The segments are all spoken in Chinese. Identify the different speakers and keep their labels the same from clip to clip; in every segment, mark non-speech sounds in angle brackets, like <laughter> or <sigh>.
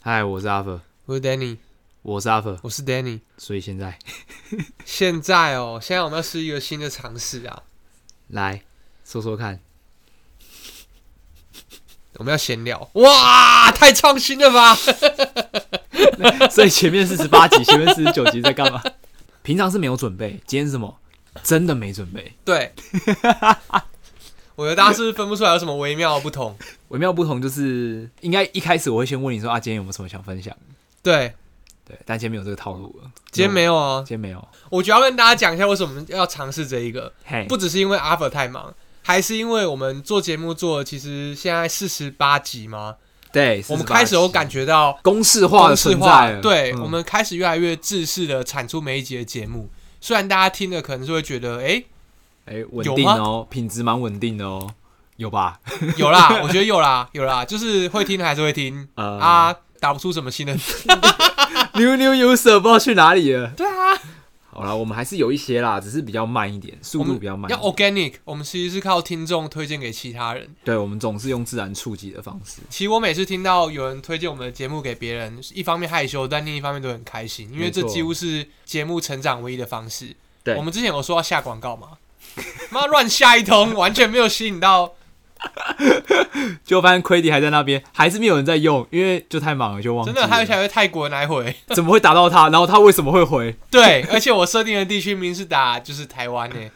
Speaker 1: 嗨，我是阿福，
Speaker 2: 我是 Danny，
Speaker 1: 我是阿福，
Speaker 2: 我是 Danny。
Speaker 1: 所以现在
Speaker 2: 现在哦，现在我们要试一个新的尝试啊，
Speaker 1: 来说说看，
Speaker 2: 我们要闲聊。哇，太创新了吧！
Speaker 1: 所以前面四十八集，前面四十九集在干嘛？平常是没有准备，今天是什么？真的没准备，
Speaker 2: 对，我觉得大家是不是分不出来有什么微妙的不同？
Speaker 1: 微妙不同就是，应该一开始我会先问你说啊，今天有没有什么想分享？
Speaker 2: 对，
Speaker 1: 对，但今天没有这个套路了，
Speaker 2: 今天没有
Speaker 1: 有，
Speaker 2: 啊。
Speaker 1: 今天没有，
Speaker 2: 我觉得要跟大家讲一下为什么要尝试这一个，
Speaker 1: 嘿，
Speaker 2: 不只是因为阿 l 太忙，还是因为我们做节目做了其实现在四十八集嘛，
Speaker 1: 对，
Speaker 2: 我们
Speaker 1: 48
Speaker 2: 开始有
Speaker 1: 集
Speaker 2: 感觉到
Speaker 1: 公式化的
Speaker 2: 公式
Speaker 1: 存
Speaker 2: 化
Speaker 1: 在了，
Speaker 2: 对、
Speaker 1: 嗯
Speaker 2: 我们开始越来越制式的产出每一集的节目。虽然大家听了可能是会觉得，哎、
Speaker 1: 哎稳
Speaker 2: 有
Speaker 1: 定
Speaker 2: 吗
Speaker 1: 哦，品质蛮稳定的哦，有吧？ <laughs>
Speaker 2: <laughs> 有啦，我觉得有啦，有啦，就是会听的还是会听、
Speaker 1: 呃，
Speaker 2: 啊，打不出什
Speaker 1: <laughs>
Speaker 2: 么新的。
Speaker 1: new new user 不知道去哪里了。
Speaker 2: 对啊，
Speaker 1: 好啦，我们还是有一些啦，只是比较慢一点，速
Speaker 2: 我
Speaker 1: 度
Speaker 2: 们
Speaker 1: 比较慢一
Speaker 2: 要
Speaker 1: 点。
Speaker 2: organic，我们其实是靠听众推荐给其他人。
Speaker 1: 对，我们总是用自然触及的方式。 <laughs>
Speaker 2: 其实我每次听到有人推荐我们的节目给别人，一方面害羞，但另一方面都很开心，因为
Speaker 1: 没
Speaker 2: 这
Speaker 1: 错
Speaker 2: 几乎是节目成长唯一的方式。
Speaker 1: 对
Speaker 2: 我们之前有说要下广告嘛， <laughs> 妈乱下一通，完全没有吸引到。
Speaker 1: 就发现 q u a d y 还在那边，还是没有人在用，因为就太忙了，就忘记
Speaker 2: 真
Speaker 1: 了。
Speaker 2: 的，还有想去泰国哪一回？
Speaker 1: 怎么会打到他？然后他为什么会回？
Speaker 2: 对，而且我设定的地区名是打就是台湾
Speaker 1: 嗯
Speaker 2: 呢、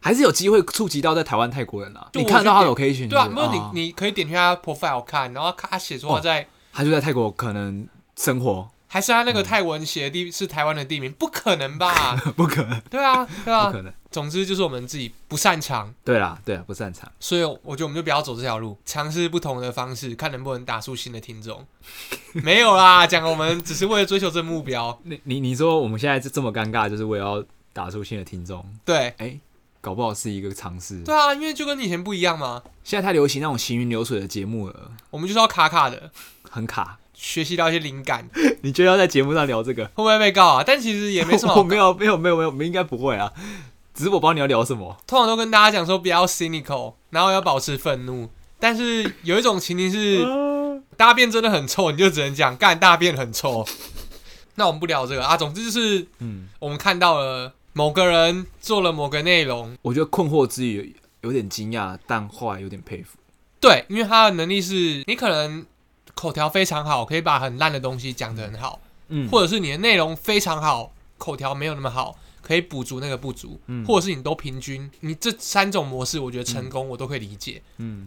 Speaker 1: 还是有机会触及到在台湾泰国人啊？
Speaker 2: 就
Speaker 1: 你
Speaker 2: 我
Speaker 1: 看到他的
Speaker 2: 觉得
Speaker 1: location，
Speaker 2: 对啊，
Speaker 1: 就是
Speaker 2: 没有你你可以点去他 profile 看，然后看他写说
Speaker 1: 哦
Speaker 2: 他在，
Speaker 1: 他就在泰国可能生活，
Speaker 2: 还是他
Speaker 1: 嗯
Speaker 2: 那个泰文写的地是台湾的地名，不可能
Speaker 1: <laughs>
Speaker 2: 吧？
Speaker 1: 不可能，
Speaker 2: 对啊，对
Speaker 1: 不
Speaker 2: 啊。
Speaker 1: 可能。
Speaker 2: 总之就是我们自己不擅长，
Speaker 1: 对啦，对啦，啊不擅长。
Speaker 2: 所以我觉得我们就不要走这条路，尝试不同的方式，看能不能打出新的听众。 <laughs> 没有啦，讲我们只是为了追求这目标。
Speaker 1: 你你你说我们现在这这么尴尬，就是为了要打出新的听众，
Speaker 2: 对，
Speaker 1: 哎、搞不好是一个尝试。
Speaker 2: 对啊，因为就跟以前不一样嘛，
Speaker 1: 现在太流行那种行云流水的节目了，
Speaker 2: 我们就是要卡卡的，
Speaker 1: 很卡。 <laughs>
Speaker 2: 学习到一些灵感，
Speaker 1: 你就要在节目上聊这个？
Speaker 2: 会不会被告啊？但其实 <laughs> 也没什么
Speaker 1: <laughs> 我
Speaker 2: 好
Speaker 1: 没有，没有，没有，没有，应该不会啊。只是我不知道你要聊什
Speaker 2: <laughs>
Speaker 1: 么。
Speaker 2: 通常都跟大家讲说不要 cynical，然后要保持愤怒。但是有一种情形是大便真的很臭，你就只能讲干大便
Speaker 1: <laughs>
Speaker 2: 很臭。那我们不聊这个啊，总之就是
Speaker 1: 嗯，
Speaker 2: 我们看到了某个人做了某个内容，
Speaker 1: 我觉得困惑之余有有点惊讶，但后来有点佩服。
Speaker 2: 对，因为他的能力是你可能口条非常好，可以把很烂的东西讲得很好，
Speaker 1: 嗯
Speaker 2: 或者是你的内容非常好，口条没有那么好，可以补足那个不足，
Speaker 1: 嗯
Speaker 2: 或者是你都平均，你这三种模式，我觉得成功我都可以理解。
Speaker 1: 嗯，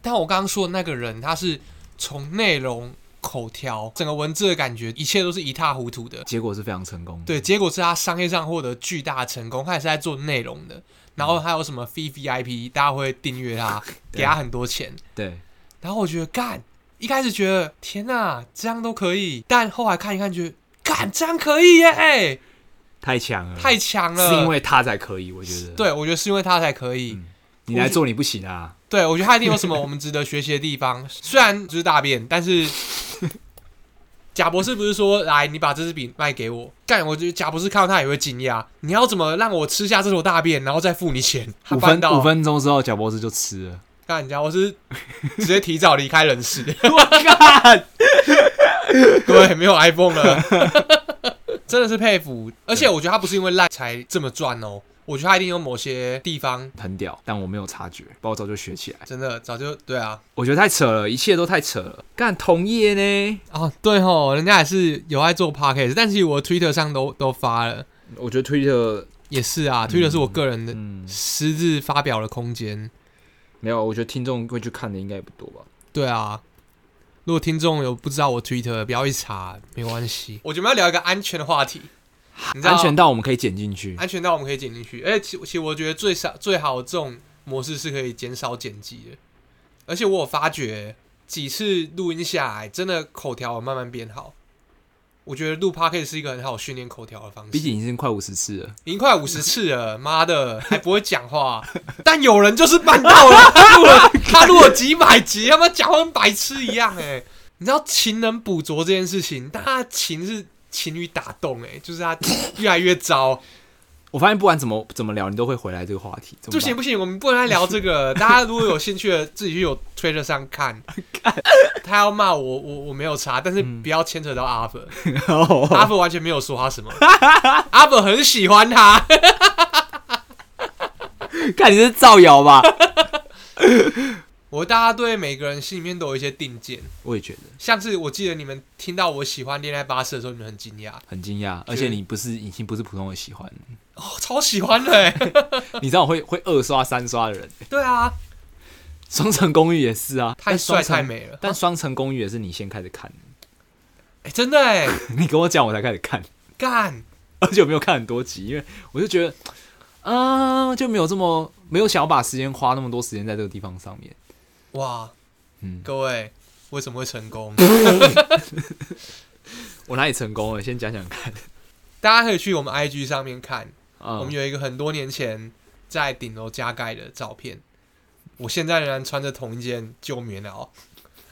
Speaker 2: 但我刚刚说的那个人，他是从内容、口条、整个文字的感觉，一切都是一塌糊涂的。
Speaker 1: 结果是非常成功。
Speaker 2: 对，结果是他商业上获得巨大的成功，他也是在做内容的。然后还有什么 V V I P，大家会订阅他，
Speaker 1: <laughs> 对
Speaker 2: 给他很多钱。
Speaker 1: 对，
Speaker 2: 然后我觉得干，一开始觉得天哪、这样都可以，但后来看一看，觉得干这样可以耶、哎
Speaker 1: 太强了，
Speaker 2: 太强了。
Speaker 1: 是因为他才可以，我觉得。，
Speaker 2: 对，我觉得是因为他才可以。
Speaker 1: 嗯你来做你不行啊。
Speaker 2: 对，我觉得他一定有什
Speaker 1: <laughs>
Speaker 2: 么我们值得学习的地方。虽然就是大便，但是贾博士不是说来，你把这支笔卖给我？干，我觉得贾博士看到他也会惊讶。你要怎么让我吃下这坨大便，然后再付你钱？他
Speaker 1: 五
Speaker 2: 办
Speaker 1: 分
Speaker 2: 到
Speaker 1: 五，分钟之后，贾博士就吃
Speaker 2: <laughs>
Speaker 1: 了。 <laughs>
Speaker 2: 干贾博士直接提早离开人世， <laughs>
Speaker 1: 我靠！
Speaker 2: 对，没有 iPhone 了， <laughs> 真的是佩服。而且我觉得他不是因为烂才这么赚哦，我觉得他一定有某些地方
Speaker 1: 很屌，但我没有察觉，不然我早就学起来。
Speaker 2: 真的早就对啊。
Speaker 1: 我觉得太扯了，一切都太扯了。干同业呢？
Speaker 2: 哦，对吼，人家也是有爱做 podcast，但其实我 Twitter 上都都发了，
Speaker 1: 我觉得推特，
Speaker 2: 也是啊，Twitter 是我个人的
Speaker 1: 嗯，
Speaker 2: 私自发表的空间。
Speaker 1: 没有，我觉得听众会去看的应该也不多吧。
Speaker 2: 对啊，如果听众有不知道我 Twitter，不要去查，没关系。我觉得我们要聊一个安全的话题，你知道
Speaker 1: 安全到我们可以剪进去。
Speaker 2: 安全到我们可以剪进去。而且其其实我觉得最少最好这种模式是可以减少剪辑的，而且我有发觉几次录音下来，真的口条有慢慢变好。我觉得录 podcast 是一个很好训练口条的方式。
Speaker 1: 毕竟已经快五十次了，
Speaker 2: 已经快五十次了，妈的，还不会讲话。 <laughs> 但有人就是办到了，他录了他录了几百集，他妈讲话跟白痴一样哎、你知道勤能补拙这欸件事情，但他勤是勤于打动哎、就是他越来越糟。
Speaker 1: 我发现不管怎么怎么聊，你都会回来这个话题，怎么
Speaker 2: 不行不行，我们不能来聊这个。大家如果有兴趣的，自己去有推特上看。他要骂我，我我没有查，但是不要牵扯到阿伯。
Speaker 1: 办？哦
Speaker 2: <laughs>
Speaker 1: <laughs>
Speaker 2: 阿伯完全没有说他什么，阿伯很喜欢他。 <laughs>
Speaker 1: 看你是造谣
Speaker 2: <laughs>
Speaker 1: 吧？
Speaker 2: 我大家对每个人心里面都有一些定见，
Speaker 1: 我也觉得
Speaker 2: 像是我记得你们听到我喜欢恋爱巴士的时候，你们很惊讶，
Speaker 1: 很惊讶，而且你不是已经不是普通的喜欢，
Speaker 2: 哦，超喜欢的欸。
Speaker 1: <laughs> 你知道我会会二刷三刷的人，
Speaker 2: 对啊，
Speaker 1: 双层公寓也是啊，
Speaker 2: 太
Speaker 1: 但
Speaker 2: 帅
Speaker 1: 双层
Speaker 2: 太美了。
Speaker 1: 但双层公寓也是你先开始看的， <laughs>
Speaker 2: 哎、真的哎，
Speaker 1: 你跟我讲我才开始看，
Speaker 2: 干，
Speaker 1: 而且我没有看很多集，因为我就觉得，啊、就没有这么没有想要把时间花那么多时间在这个地方上面。
Speaker 2: 哇，
Speaker 1: 嗯，
Speaker 2: 各位为什么会成功？ <laughs>
Speaker 1: 我哪里成功了？先讲讲看。
Speaker 2: 大家可以去我们 IG 上面看，
Speaker 1: 啊、
Speaker 2: 我们有一个很多年前在顶楼加盖的照片。我现在仍然穿着同一件旧棉袄，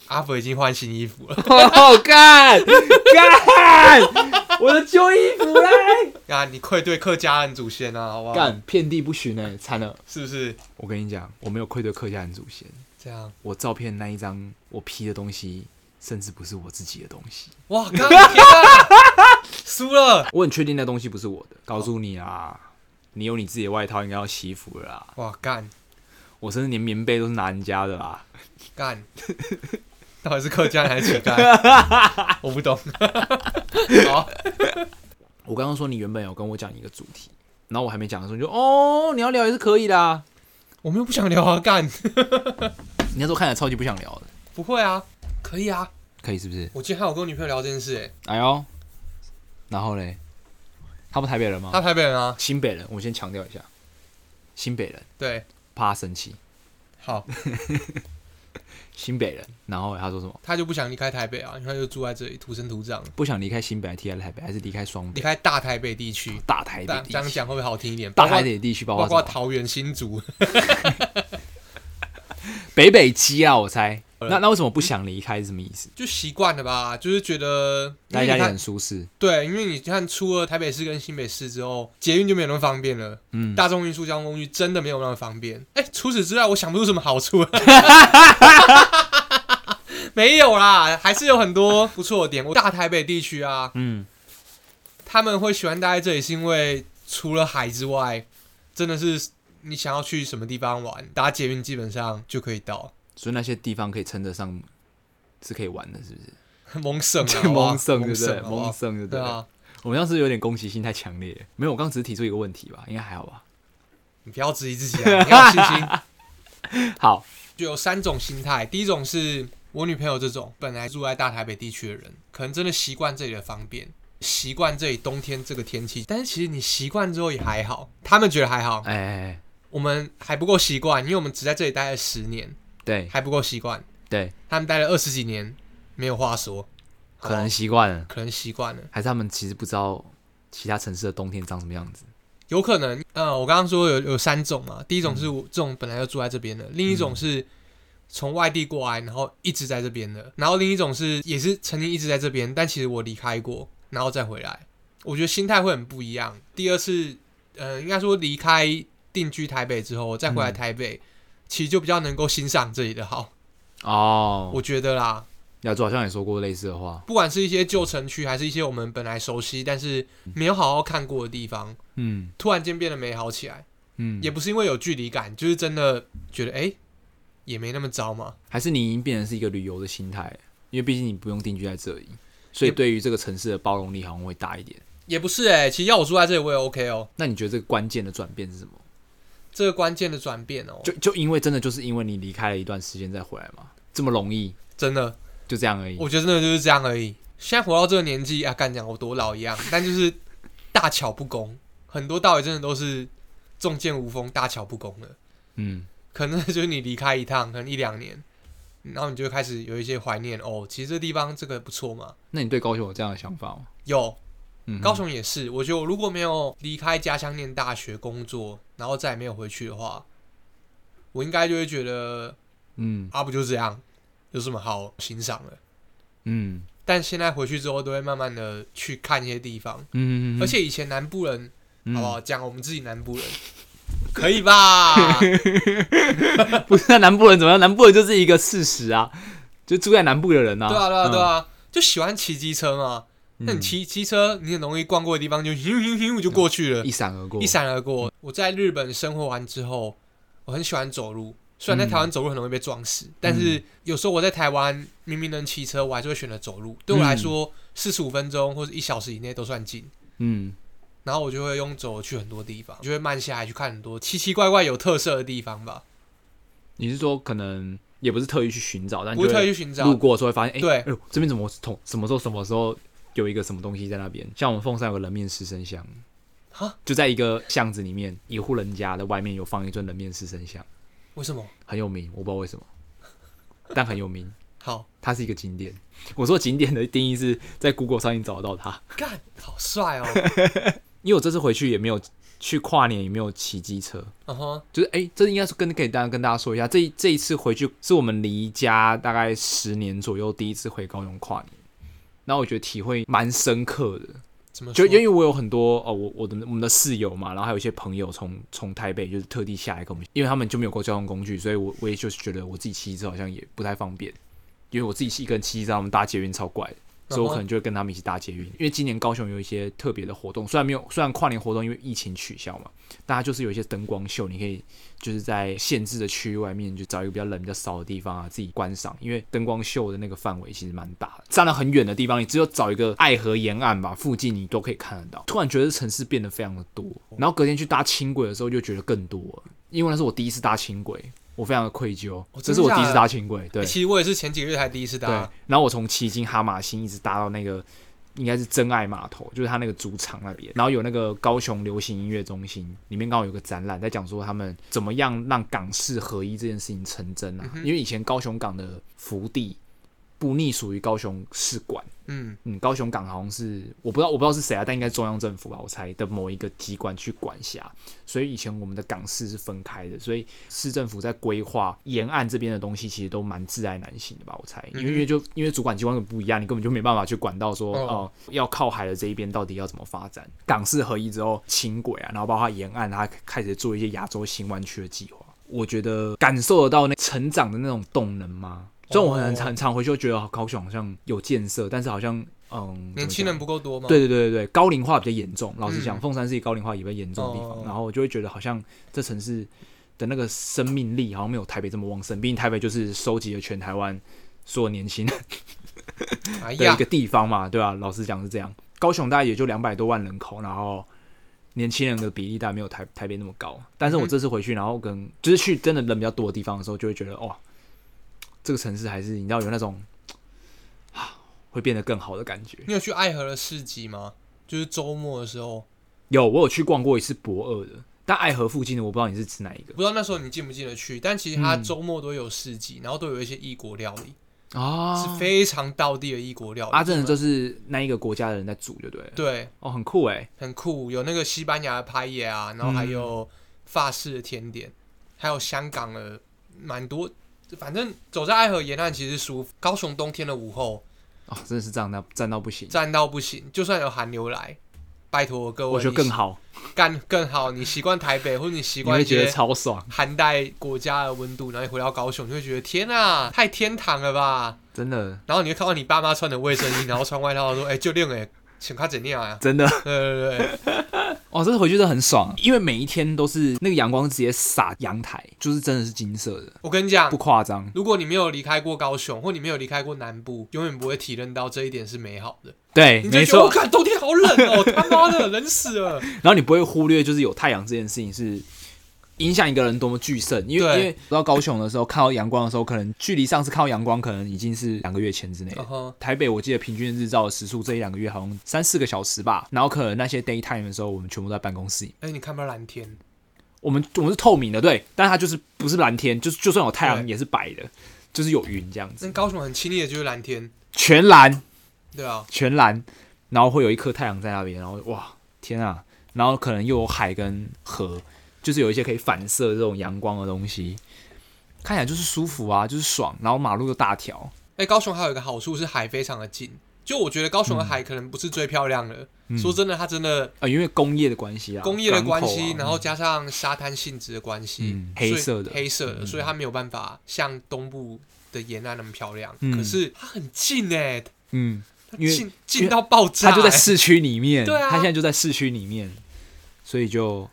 Speaker 2: 阿福已经换新衣服了。 <laughs>
Speaker 1: 好哦干干，我的旧衣服嘞！
Speaker 2: 啊，你愧对客家人祖先啊，好不
Speaker 1: <laughs>
Speaker 2: 好？
Speaker 1: 干，遍地不寻哎、惨了！
Speaker 2: 是不是
Speaker 1: 我跟你讲，我没有愧对客家人祖先，
Speaker 2: 这样？
Speaker 1: 我照片那一张我 P 的东西，甚至不是我自己的东西，
Speaker 2: 哇，刚天啊，
Speaker 1: <laughs>
Speaker 2: 输了！
Speaker 1: 我很确定那东西不是我的。告诉你啊，你有你自己的外套，应该要洗衣服了啦。
Speaker 2: 哇，干
Speaker 1: 我甚至连棉被都是拿人家的啊啦。
Speaker 2: 干， <laughs> 到底是客家人还是乞丐？
Speaker 1: <laughs>
Speaker 2: 我不懂。好，
Speaker 1: 我刚刚说你原本有跟我讲一个主题，然后我还没讲的时候，你就哦，你要聊也是可以的啊。
Speaker 2: 我们又不想聊啊，干，
Speaker 1: 你那时候看起来超级不想聊的，
Speaker 2: 不会啊，可以啊。
Speaker 1: 可以是不是？
Speaker 2: 我今天还有跟我女朋友聊这件事、欸，
Speaker 1: 哎呦，然后嘞，他不台北人吗？
Speaker 2: 她台北人啊，
Speaker 1: 新北人，我先强调一下，新北人，
Speaker 2: 对，
Speaker 1: 怕他生气，
Speaker 2: 好，
Speaker 1: 新北人。然后他说什么？
Speaker 2: 她就不想离开台北啊，因为她就住在这里，土生土长，
Speaker 1: 不想离开新北，还是离开台北，还是离开双
Speaker 2: 离
Speaker 1: 北？
Speaker 2: 开大台北地区。
Speaker 1: 大台
Speaker 2: 大
Speaker 1: 北地
Speaker 2: 这样
Speaker 1: 区，
Speaker 2: 讲会不会好听一点？
Speaker 1: 大
Speaker 2: 包括
Speaker 1: 台北地区，包
Speaker 2: 包
Speaker 1: 括
Speaker 2: 括
Speaker 1: 什么
Speaker 2: 桃园、新竹，
Speaker 1: 北北基啊，我猜。
Speaker 2: 呃
Speaker 1: 那那为什么不想离开是什么意思？
Speaker 2: 就习惯了吧，就是觉得因
Speaker 1: 在
Speaker 2: 为
Speaker 1: 家
Speaker 2: 你
Speaker 1: 里
Speaker 2: 看
Speaker 1: 很，舒适，
Speaker 2: 对，因为你看出了台北市跟新北市之后，捷运就没有那么方便了，
Speaker 1: 嗯，
Speaker 2: 大众运输交通工具真的没有那么方便。哎、除此之外，我想不出什么好处。 <laughs> 没有啦，还是有很多不错的点。我大台北地区啊，
Speaker 1: 嗯，
Speaker 2: 他们会喜欢待在这里，是因为除了海之外，真的是你想要去什么地方玩，搭捷运基本上就可以到。 <laughs>
Speaker 1: 所以那些地方可以称得上是可以玩的，是不是？
Speaker 2: 蒙省啊，好不好
Speaker 1: <laughs> 蒙圣对
Speaker 2: 蒙
Speaker 1: 不对？
Speaker 2: 省，好不
Speaker 1: 蒙
Speaker 2: 好
Speaker 1: 圣对不
Speaker 2: 对
Speaker 1: 对？
Speaker 2: 啊，
Speaker 1: 我们当时有点攻击性太强烈了，没有，我刚刚只是提出一个问题吧，应该还好吧？
Speaker 2: 你不要质疑自己啊，你要有信心。
Speaker 1: 好，
Speaker 2: 就有三种心态，第一种是我女朋友这种本来住在大台北地区的人，可能真的习惯这里的方便，习惯这里冬天这个天气，但是其实你习惯之后也还好，他们觉得还好，
Speaker 1: 哎哎，哎
Speaker 2: 我们还不够习惯，因为我们只在这里待了十年，
Speaker 1: 对
Speaker 2: 还不够习惯，
Speaker 1: 对，
Speaker 2: 他们待了二十几年，没有话说，
Speaker 1: 可能习惯了，
Speaker 2: 可能习惯了，
Speaker 1: 还是他们其实不知道其他城市的冬天长什么样子。
Speaker 2: 有可能，嗯，我刚刚说有有三种嘛，第一
Speaker 1: 嗯
Speaker 2: 种是我这种本来就住在这边的，另一种是从外地过来，然后一直在这边的，然后另一种是也是曾经一直在这边，但其实我离开过，然后再回来，我觉得心态会很不一样。第二是，呃，应该说离开定居台北之后，再回来
Speaker 1: 嗯
Speaker 2: 台北，其实就比较能够欣赏这里的好，
Speaker 1: 哦，
Speaker 2: 我觉得啦，
Speaker 1: 亚洲好像也说过类似的话，
Speaker 2: 不管是一些旧城区，还是一些我们本来熟悉但是没有好好看过的地方，
Speaker 1: 嗯
Speaker 2: 突然间变得美好起来。
Speaker 1: 嗯，
Speaker 2: 也不是因为有距离感，就是真的觉得哎、诶也没那么糟嘛。
Speaker 1: 还是你已经变成是一个旅游的心态，因为毕竟你不用定居在这里，所以对于这个城市的包容力好像会大一点。
Speaker 2: 也不是哎、其实要我住在这里我也 OK 哦。
Speaker 1: 那你觉得这个关键的转变是什么？
Speaker 2: 这个关键的转变哦，
Speaker 1: 就就因为真的就是因为你离开了一段时间再回来嘛，这么容易，
Speaker 2: 真的，
Speaker 1: 就这样而已。
Speaker 2: 我觉得真的就是这样而已。现在活到这个年纪啊，敢讲我多老一样，但就是大巧不工，很多道理真的都是重剑无锋，大巧不工的。
Speaker 1: 嗯，
Speaker 2: 可能就是你离开一趟，可能一两年，然后你就会开始有一些怀念哦。其实这地方这个不错嘛，
Speaker 1: 那你对高雄有这样的想法吗？
Speaker 2: 有
Speaker 1: 嗯哼，
Speaker 2: 高雄也是，我觉得我如果没有离开家乡念大学工作，然后再也没有回去的话，我应该就会觉得
Speaker 1: 嗯
Speaker 2: 啊，不就这样，有什么好欣赏的？
Speaker 1: 嗯
Speaker 2: 但现在回去之后，都会慢慢的去看一些地方，
Speaker 1: 嗯，
Speaker 2: 而且以前南部人好不好？讲我们自己南部人，可以吧？
Speaker 1: <laughs> 不是那南部人怎么样？南部人就是一个事实啊，就住在南部的人啊。
Speaker 2: 对啊，对啊，
Speaker 1: 嗯
Speaker 2: 对，啊，就喜欢骑机车嘛。那你骑骑车，你很容易逛过的地方就咻咻咻就过去了
Speaker 1: 一，闪而过，
Speaker 2: 一闪而过。我在日本生活完之后，我很喜欢走路。虽然在台
Speaker 1: 嗯
Speaker 2: 湾走路很容易被撞死，但是有时候我在台湾明明能骑车，我还是会选择走路。对我来说，四十五分钟或者一小时以内都算近。
Speaker 1: 嗯，
Speaker 2: 然后我就会用走去很多地方，就会慢下来去看很多奇奇怪怪有特色的地方吧，
Speaker 1: 你是说可能也不是特意去寻找，但
Speaker 2: 不会特意
Speaker 1: 就
Speaker 2: 去寻
Speaker 1: 路
Speaker 2: 找。
Speaker 1: 过的时候会发现，哎、
Speaker 2: 对
Speaker 1: 哎呦这边怎么同什么时候什么时候有一个什么东西在那边？像我们凤山有个人面狮身像
Speaker 2: 哈，
Speaker 1: 就在一个巷子里面，一户人家的外面有放一尊人面狮身像，
Speaker 2: 为什么？
Speaker 1: 很有名，我不知道为什么，但很有名，
Speaker 2: 好
Speaker 1: 它是一个景点。我说景点的定义是在 Google 上你找得到它。
Speaker 2: 干，好帅哦！
Speaker 1: <laughs> 因为我这次回去也没有去跨年，也没有骑机车，
Speaker 2: 嗯哼，
Speaker 1: 就是哎、这应该是跟可以大家跟大家说一下，这一这一次回去是我们离家大概十年左右第一次回高雄跨年，然后我觉得体会蛮深刻的，
Speaker 2: 怎么
Speaker 1: 就
Speaker 2: 说？
Speaker 1: 因为我有很多哦，我我的我们的室友嘛，然后还有一些朋友从从台北就是特地下来跟我们，因为他们就没有过交通工具，所以我我也就是觉得我自己骑车好像也不太方便，因为我自己一个人骑车，他们搭捷运超怪的。所以我可能就会跟他们一起搭捷运，因为今年高雄有一些特别的活动，虽然没有，虽然跨年活动因为疫情取消嘛，但它就是有一些灯光秀，你可以就是在限制的区域外面就找一个比较冷、比较少的地方啊，自己观赏。因为灯光秀的那个范围其实蛮大的，站到很远的地方，你只有找一个爱河沿岸吧，附近你都可以看得到。突然觉得城市变得非常的多，
Speaker 2: 哦
Speaker 1: 然后隔天去搭轻轨的时候就觉得更多了，因为那是我第一次搭轻轨，我非常的愧疚，这
Speaker 2: 哦真的
Speaker 1: 是我
Speaker 2: 假
Speaker 1: 第一次
Speaker 2: 的
Speaker 1: 搭轻轨，对
Speaker 2: 欸。其实我也是前几个月才第一次搭
Speaker 1: 对，然后我从旗津哈马星一直搭到那个应该是真爱码头，就是它那个主场那边，然后有那个高雄流行音乐中心里面刚好有个展览，在讲说他们怎么样让港市合一这件事情成真啊，因为以前高雄港的福地不隶属于高雄市管。
Speaker 2: 嗯，
Speaker 1: 嗯，高雄港好像是我不知道，我不知道是谁啊，但应该中央政府吧，我猜的某一个机关去管辖。所以以前我们的港市是分开的，所以市政府在规划沿岸这边的东西，其实都蛮自爱难行的吧，我猜。因为因为就因为主管机关不一样，你根本就没办法去管到说哦
Speaker 2: 哦、
Speaker 1: 呃要靠海的这一边到底要怎么发展。港市合一之后，轻轨啊，然后包括沿岸，它开始做一些亚洲新湾区的计划。我觉得感受得到那成长的那种动能吗？虽然我很
Speaker 2: 哦
Speaker 1: 很常回去就觉得高雄好像有建设，但是好像嗯，
Speaker 2: 年轻人
Speaker 1: 不
Speaker 2: 不够多吗？
Speaker 1: 对，对对对对，高龄化比较严重。老实讲，
Speaker 2: 嗯
Speaker 1: 凤山是一个高龄化也比较严重的地方，
Speaker 2: 哦
Speaker 1: 然后我就会觉得好像这城市的那个生命力好像没有台北这么旺盛。毕竟台北就是收集了全台湾所有年轻人
Speaker 2: 哎
Speaker 1: 的一
Speaker 2: 呀
Speaker 1: 个，地方嘛，对吧、啊老实讲是这样，高雄大概也就两百多万人口，然后年轻人的比例大概没有台台北那么高。但是我
Speaker 2: 嗯哼
Speaker 1: 这次回去，然后跟就是去真的人比较多的地方的时候，就会觉得哇，这个城市还是你知道有那种啊会变得更好的感觉。
Speaker 2: 你有去爱河的市集吗？就是周末的时候，
Speaker 1: 有，我有去逛过一次博二的，但爱河附近的我不知道你是指哪一个
Speaker 2: 不知道那时候你进不进得去，但其实它
Speaker 1: 嗯
Speaker 2: 周末都有市集，然后都有一些异国料理，
Speaker 1: 啊
Speaker 2: 哦是非常道地的异国料理。
Speaker 1: 啊，真的就是那一个国家的人在煮，就对了。
Speaker 2: 对，
Speaker 1: 哦，很酷哎，
Speaker 2: 很酷，有那个西班牙的拍野啊，然后还
Speaker 1: 嗯
Speaker 2: 有法式的甜点，还有香港的蛮多。反正走在爱河沿岸其实舒服。高雄冬天的午后
Speaker 1: 哦，真的是站到站到不行，
Speaker 2: 站到不行，就算有寒流来，拜托各位，
Speaker 1: 我觉得更
Speaker 2: 你
Speaker 1: 好，
Speaker 2: 干更好。你习惯台北，或者你习
Speaker 1: 你
Speaker 2: 惯
Speaker 1: 会
Speaker 2: 一
Speaker 1: 觉得
Speaker 2: 些
Speaker 1: 超爽，
Speaker 2: 寒带国家的温度，然后你回到高雄，你会觉得天啊，太天堂了吧！
Speaker 1: 真的
Speaker 2: 然后你会看到你爸妈穿的卫生衣，然后穿外套说：“哎、就练哎，请他怎样啊
Speaker 1: 真的。？”
Speaker 2: 对对对，
Speaker 1: 哦，这次回去真的很爽，因为每一天都是那个阳光直接洒阳台，就是真的是金色的，
Speaker 2: 我跟你讲
Speaker 1: 不，夸张。
Speaker 2: 如果你没有离开过高雄，或你没有离开过南部，永远不会体认到这一点是美好的。
Speaker 1: 对，
Speaker 2: 你
Speaker 1: 没
Speaker 2: 就觉得我
Speaker 1: 错。
Speaker 2: 看冬天好冷哦，他妈的 <laughs> 冷死了。
Speaker 1: 然后你不会忽略，就是有太阳这件事情是影响一个人多么巨盛，因为
Speaker 2: 对
Speaker 1: 因为到高雄的时候看到阳光的时候，可能距离上次看到阳光可能已经是两个月前之内了
Speaker 2: 嗯哼
Speaker 1: 台北我记得平均日照的时速这一两个月好像三四个小时吧，然后可能那些 daytime 的时候，我们全部都在办公室里，
Speaker 2: 哎、你看不到蓝天，
Speaker 1: 我们我们是透明的，对，但它就是不是蓝天，就是就算有太阳
Speaker 2: 对
Speaker 1: 也是白的，就是有云这样子，
Speaker 2: 那高雄很亲密的就是蓝天，
Speaker 1: 全蓝。
Speaker 2: 对啊，
Speaker 1: 全蓝，然后会有一颗太阳在那边，然后哇，天啊！然后可能又有海跟河，就是有一些可以反射这种阳光的东西，看起来就是舒服啊，就是爽。然后马路又大条，
Speaker 2: 哎、高雄还有一个好处是海非常的近，就我觉得高雄的
Speaker 1: 嗯
Speaker 2: 海可能不是最漂亮的，说真的，它真的
Speaker 1: 啊，因为工业的关系啊，
Speaker 2: 工业的关系，
Speaker 1: 港口啊
Speaker 2: 然后加上沙滩性质的关系，
Speaker 1: 嗯
Speaker 2: 所以
Speaker 1: 黑色的
Speaker 2: 黑色的，所以它没有办法像东部的沿岸那么漂亮。
Speaker 1: 嗯
Speaker 2: 可是它很近哎、
Speaker 1: 嗯，
Speaker 2: 它
Speaker 1: 因为
Speaker 2: 近近到爆炸、
Speaker 1: 他就在
Speaker 2: 欸 <laughs>
Speaker 1: 市区里面，
Speaker 2: 对啊
Speaker 1: 他现在就在市区里面，所以就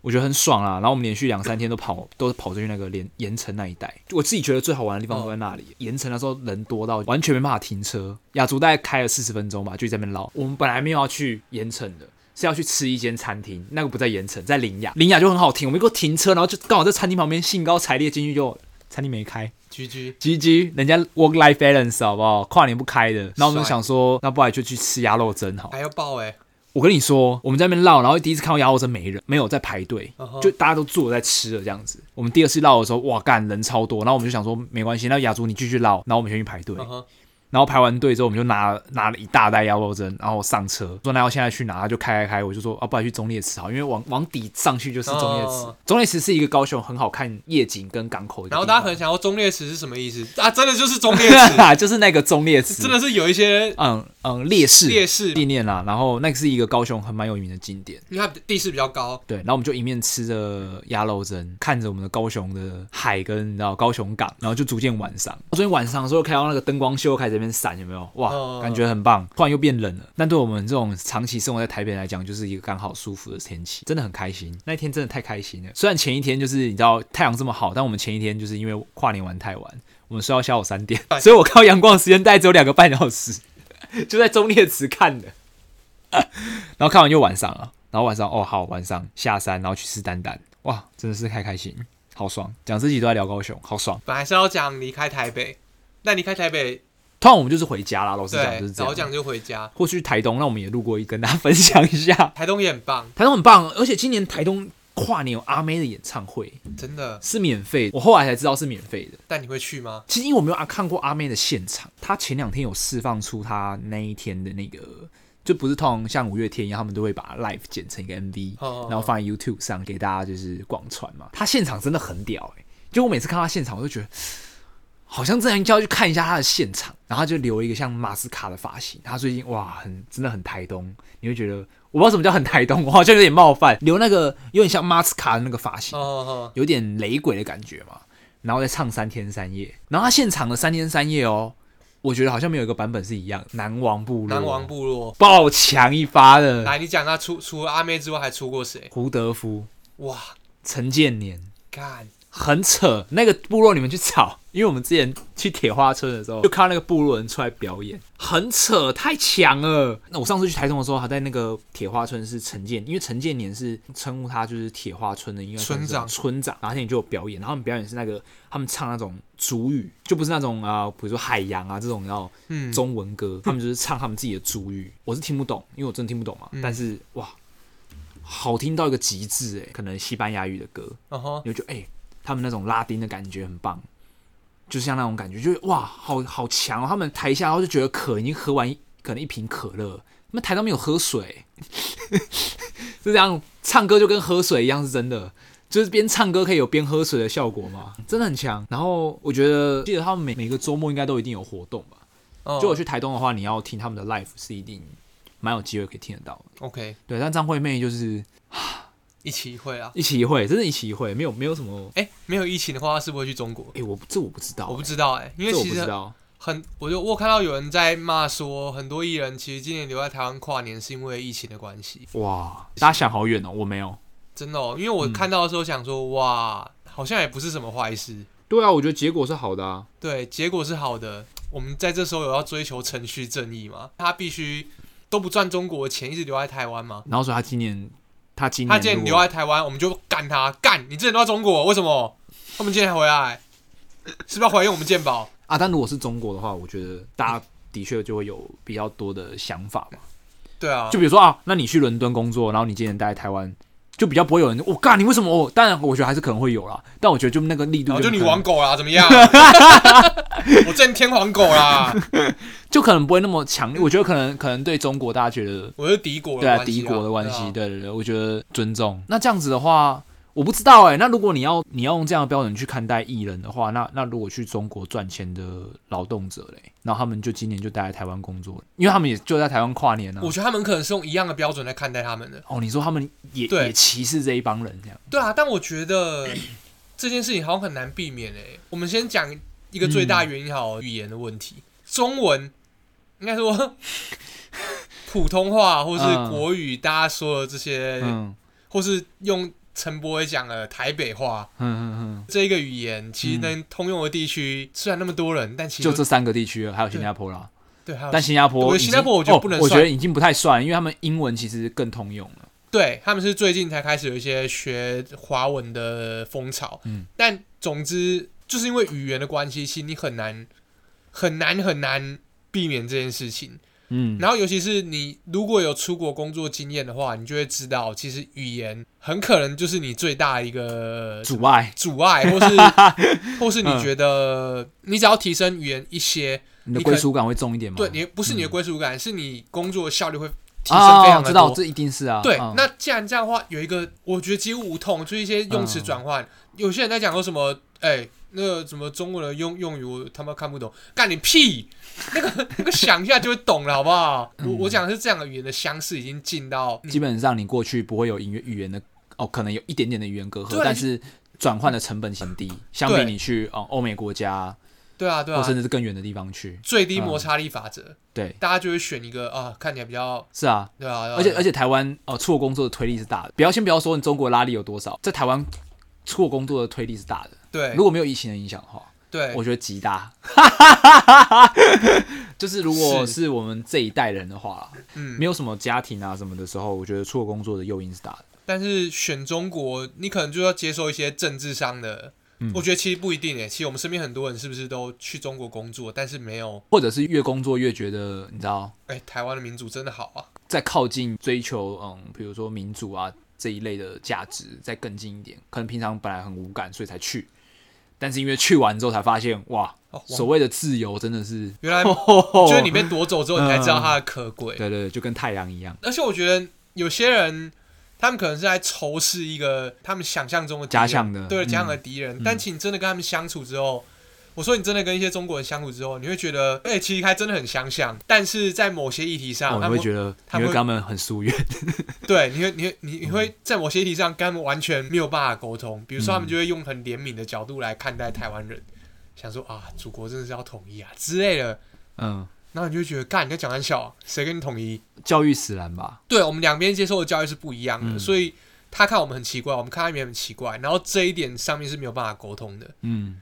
Speaker 1: 我觉得很爽啊啦。然后我们连续两三天都跑，都跑出去那个连盐城那一带。我自己觉得最好玩的地方都在那里。
Speaker 2: 哦
Speaker 1: 盐城那时候人多到完全没办法停车，雅竹大概开了四十分钟吧，就在那边绕。我们本来没有要去盐城的。是要去吃一间餐厅，那个不在盐城，在林雅。林雅就很好停，我们一个停车，然后就刚好在餐厅旁边，兴高采烈进去就餐厅没开，
Speaker 2: GG，
Speaker 1: G G，人家 work life balance 好不好？跨年不开的，那我们就
Speaker 2: 帅
Speaker 1: 想说，那不然就去吃鸭肉蒸好。
Speaker 2: 还要爆哎、
Speaker 1: 我跟你说，我们在那边绕，然后第一次看到鸭肉蒸没人，没有在排队
Speaker 2: 嗯哼
Speaker 1: 就大家都坐着在吃了这样子。我们第二次绕的时候，哇干，人超多，然后我们就想说没关系，那雅竹你继续绕，然后我们先去排队。
Speaker 2: 嗯哼，
Speaker 1: 然后排完队之后，我们就拿拿了一大袋腰肉蒸，然后上车说那要现在去拿，他就开开开，我就说啊，不然去中烈池好，因为往往底上去就是中烈池。
Speaker 2: 哦
Speaker 1: 中烈池是一个高雄很好看夜景跟港口的地
Speaker 2: 然
Speaker 1: 方，
Speaker 2: 后大家可
Speaker 1: <laughs>
Speaker 2: 能想要中烈池是什么意思啊？真的就是中烈池，
Speaker 1: 就是那个中烈池，
Speaker 2: 真的是有一些
Speaker 1: 嗯嗯烈士
Speaker 2: 烈士，
Speaker 1: 纪念啦，然后那个是一个高雄很蛮有名的景点。
Speaker 2: 因为它地势比较高，
Speaker 1: 对，然后我们就一面吃着鸭肉蒸，看着我们的高雄的海跟你知道高雄港，然后就逐渐晚上。昨天晚上的时候看到那个灯光秀开始在那边闪，有没有？哇，
Speaker 2: 嗯
Speaker 1: 感觉很棒。突然又变冷了，但对我们这种长期生活在台北来讲，就是一个刚好舒服的天气，真的很开心。那一天真的太开心了。虽然前一天就是你知道太阳这么好，但我们前一天就是因为跨年玩太晚，我们睡到下午三点，<laughs>
Speaker 2: 哎
Speaker 1: 所以我看到阳光的时间大概只有两个半小时， <laughs> 就在中烈池看的。然后看完就晚上了，然后晚上哦好，晚上下山，然后去吃蛋蛋，哇，真的是太开心，好爽！讲自己都在聊高雄，好爽。
Speaker 2: 本来是要讲离开台北，那离开台北，
Speaker 1: 通常我们就是回家啦，老实讲就
Speaker 2: 对，
Speaker 1: 是这
Speaker 2: 早
Speaker 1: 样。
Speaker 2: 讲就回家。
Speaker 1: 或去台东，那我们也路过一，跟大家分享一下。 <laughs>
Speaker 2: 台东也很棒，
Speaker 1: 台东很棒，而且今年台东跨年有阿妹的演唱会
Speaker 2: 真的。
Speaker 1: 是免费，我后来才知道是免费的。
Speaker 2: 但你会去吗？
Speaker 1: 其实因为我没有啊看过阿妹的现场，她前两天有释放出她那一天的那个，就不是通常像五月天一样，他们都会把 live 剪成一个 MV，、
Speaker 2: 哦
Speaker 1: 然后放在 YouTube 上给大家就是广传嘛。她现场真的很屌哎、就我每次看她现场，我就觉得好像真的就要去看一下她的现场。然后她就留一个像马斯卡的发型，她最近哇很真的很台东，你会觉得我不知道什么叫很台东，我好像有点冒犯，留那个有点像马斯卡的那个发型
Speaker 2: 哦，哦，
Speaker 1: 有点雷鬼的感觉嘛，然后再唱三天三夜，然后他现场的三天三夜哦，我觉得好像没有一个版本是一样，南王部落，
Speaker 2: 南王部落。
Speaker 1: 爆强一发的
Speaker 2: 来，你讲他出除了阿妹之外还出过谁？
Speaker 1: 胡德夫、
Speaker 2: 哇，
Speaker 1: 陈建年，
Speaker 2: 干，
Speaker 1: 很扯，那个部落你们去找，因为我们之前去铁花村的时 <laughs> 候，就看到那个部落人出来表演，很扯，太强了。那我上次去台中的时候，还在那个铁花村是陈建，因为陈建年是称呼他就是铁花村的，应该算是
Speaker 2: 村长
Speaker 1: 村长。然后那天就有表演，然后他们表演是那个他们唱那种主语，就不是那种啊、比如说海洋啊这种，然后
Speaker 2: 嗯，
Speaker 1: 中文歌，他们就是唱他们自己的主语，我是听不懂，因为我真的听不懂嘛。但是哇，好听到一个极致哎、可能西班牙语的歌。
Speaker 2: 哦吼，
Speaker 1: 你就觉得哎、他们那种拉丁的感觉很棒，就像那种感觉，就是哇，好好强、哦！他们台下然后就觉得渴，已经喝完一可能一瓶可乐，他们台上没有喝水， <laughs> 就这样唱歌就跟喝水一样，是真的。就是边唱歌可以有边喝水的效果嘛，真的很强。然后我觉得，记得他们每每个周末应该都一定有活动吧。
Speaker 2: 哦
Speaker 1: 就我去台东的话，你要听他们的 l i f e 是一定蛮有机会可以听得到的。
Speaker 2: OK，
Speaker 1: 对，但张惠妹就是
Speaker 2: 一起一会啊。
Speaker 1: 一期一会，真的一期一会，没有没有什么。
Speaker 2: 哎，没有疫情的话，是不会去中国？
Speaker 1: 哎、我这我不知道、
Speaker 2: 我不知道哎，因为
Speaker 1: 这我
Speaker 2: 其
Speaker 1: 不知
Speaker 2: 实
Speaker 1: 道。
Speaker 2: 很，我就我有看到有人在骂说，很多艺人其实今年留在台湾跨年是因为疫情的关系，
Speaker 1: 哇，大家想好远哦，我没有。
Speaker 2: 真的哦。因为
Speaker 1: 嗯
Speaker 2: 我看到的时候想说，哇，好像也不是什么坏事。
Speaker 1: 对啊，我觉得结果是好的啊。
Speaker 2: 对，结果是好的。我们在这时候有要追求程序正义嘛？他必须都不赚中国的钱，一直留在台湾嘛？
Speaker 1: 然后说他今年，他今年
Speaker 2: 他既然
Speaker 1: 如
Speaker 2: 留
Speaker 1: 果
Speaker 2: 在台湾，我们就干他，干你之前都在中国，为什么他们今天还回来？是不是要怀疑我们鉴宝？
Speaker 1: 啊，但如果是中国的话，我觉得大家的确就会有比较多的想法嘛。
Speaker 2: 对啊
Speaker 1: 就，比如说啊，那你去伦敦工作，然后你今年待在台湾，就比较不会有人我干、你为什么？我当然我觉得还是可能会有啦，但我觉得就那个力度
Speaker 2: 然哦后就
Speaker 1: 可
Speaker 2: 你
Speaker 1: 能
Speaker 2: 玩狗啦，怎
Speaker 1: <laughs>
Speaker 2: 么样？我真天皇狗啦，
Speaker 1: 就可能不会那么强烈。我觉得可能可能对中国大家觉得
Speaker 2: 我是敌国的
Speaker 1: 对啊，
Speaker 2: 关系
Speaker 1: 敌国的关
Speaker 2: 对
Speaker 1: 系，
Speaker 2: 啊
Speaker 1: 对对对，我觉得尊重。那这样子的话，我不知道哎、那如果你要你要用这样的标准去看待艺人的话，那那如果去中国赚钱的劳动者嘞，然后他们就今年就待在台湾工作了，因为他们也就在台湾跨年呢、啊
Speaker 2: 我觉得他们可能是用一样的标准来看待他们的。
Speaker 1: 哦，你说他们也
Speaker 2: 对
Speaker 1: 也歧视这一帮人这样？
Speaker 2: 对啊，但我觉得这件事情好像很难避免诶、我们先讲一个最大原因好了，语言的问题。中文应该说普通话或是
Speaker 1: 嗯
Speaker 2: 国语，大家说的这些，
Speaker 1: 嗯
Speaker 2: 或是用陈柏伟讲的台北话
Speaker 1: 嗯嗯嗯，
Speaker 2: 这一个语言，其实能通用的地区虽然那么多人，但其实
Speaker 1: 就这三个地区了，还有新加坡啦。
Speaker 2: 对，还有
Speaker 1: 但新加坡
Speaker 2: 对
Speaker 1: 已经，
Speaker 2: 新加坡我觉得不能
Speaker 1: 哦，我觉
Speaker 2: 算
Speaker 1: 得已经不太算，因为他们英文其实更通用了。
Speaker 2: 对，他们是最近才开始有一些学华文的风潮。
Speaker 1: 嗯，
Speaker 2: 但总之就是因为语言的关系，其实你很难很难很难避免这件事情。
Speaker 1: 嗯，
Speaker 2: 然后，尤其是你如果有出国工作经验的话，你就会知道，其实语言很可能就是你最大一个
Speaker 1: 阻碍
Speaker 2: 阻碍，或是
Speaker 1: <laughs>
Speaker 2: 或是你觉
Speaker 1: 嗯
Speaker 2: 得你只要提升语言一些，
Speaker 1: 你的
Speaker 2: 你可
Speaker 1: 归属感会重一点吗？
Speaker 2: 对你不是你的归属感，是你工作效率会提升
Speaker 1: 啊，
Speaker 2: 非常
Speaker 1: 我
Speaker 2: 的
Speaker 1: 嗯知
Speaker 2: 多。
Speaker 1: 道，这一定是啊。
Speaker 2: 对，
Speaker 1: 嗯
Speaker 2: 那既然这样的话，有一个我觉得几乎无痛，就是一些用词转
Speaker 1: 嗯
Speaker 2: 换。有些人在讲说什么，哎、那个什么中文的用用语，我他妈看不懂，干你屁！ <laughs> 那个那个想一下就会懂了，好不好？
Speaker 1: 嗯
Speaker 2: 我我讲的是这样的语言的相似已经进到你
Speaker 1: 基本上你过去不会有语言语言的哦，可能有一点点的语言隔阂
Speaker 2: 对，啊
Speaker 1: 但
Speaker 2: 就是
Speaker 1: 转换的成本很低，相比
Speaker 2: 对
Speaker 1: 你去哦欧美国家
Speaker 2: 对啊对
Speaker 1: 或
Speaker 2: 啊，
Speaker 1: 甚至是嗯更远的地方去。
Speaker 2: 最低摩擦力法则，
Speaker 1: 对，
Speaker 2: 大家就会选一个啊，看起来比较
Speaker 1: 是啊，
Speaker 2: 对啊，
Speaker 1: 而且而
Speaker 2: 且
Speaker 1: 且台湾哦出国工作的推力是大的，不要先不要说你中国拉力有多少，在台湾出国工作的推力是大的，
Speaker 2: 对
Speaker 1: 如果没有疫情的影响的话。
Speaker 2: 对
Speaker 1: 我觉得极大。 <laughs> 就是如果
Speaker 2: 是
Speaker 1: 是我们这一代人的话，
Speaker 2: 嗯
Speaker 1: 没有什么家庭啊什么的时候，我觉得出国工作的诱因是大的。
Speaker 2: 但是选中国，你可能就要接受一些政治上的。
Speaker 1: 嗯
Speaker 2: 我觉得其实不一定诶，其实我们身边很多人是不是都去中国工作，但是没有
Speaker 1: 或者是越工作越觉得，你知道，
Speaker 2: 哎、台湾的民主真的好啊！
Speaker 1: 在靠近追求嗯，比如说民主啊这一类的价值再更近一点，可能平常本来很无感，所以才去。但是因为去完之后才发现，哇，
Speaker 2: 哦，哇
Speaker 1: 所谓的自由真的是，
Speaker 2: 原来 <laughs> 就是你被夺走之后，你才知道
Speaker 1: 嗯
Speaker 2: 它的可贵。
Speaker 1: <laughs> 对对对，就跟太阳一样，
Speaker 2: 而且我觉得有些人，他们可能是在仇视一个他们想象中的敌人
Speaker 1: 假想的
Speaker 2: 对
Speaker 1: 嗯
Speaker 2: 假想的敌人。但请真的跟他们相处之后，我说你真的跟一些中国人相处之后，你会觉得，哎、其实还真的很相像。但是在某些议题上，
Speaker 1: 哦，你
Speaker 2: 他
Speaker 1: 会
Speaker 2: 们
Speaker 1: 觉得
Speaker 2: 他
Speaker 1: 你会
Speaker 2: 们
Speaker 1: 跟他们很疏远， <laughs>
Speaker 2: <laughs> 对，你会，你会，你你会在某些议题上跟他们完全没有办法沟通。比如说，他们就会用很怜悯的角度来看待台湾人，想说啊，祖国真的是要统一啊之类的。
Speaker 1: 嗯，
Speaker 2: 然后你就觉得，干，你在讲很小，谁跟你统一？
Speaker 1: 教育使然吧，
Speaker 2: 对我们两边接受的教育是不一样的，
Speaker 1: 嗯
Speaker 2: 所以他看我们很奇怪，我们看他也很奇怪，然后这一点上面是没有办法沟通的。
Speaker 1: 嗯。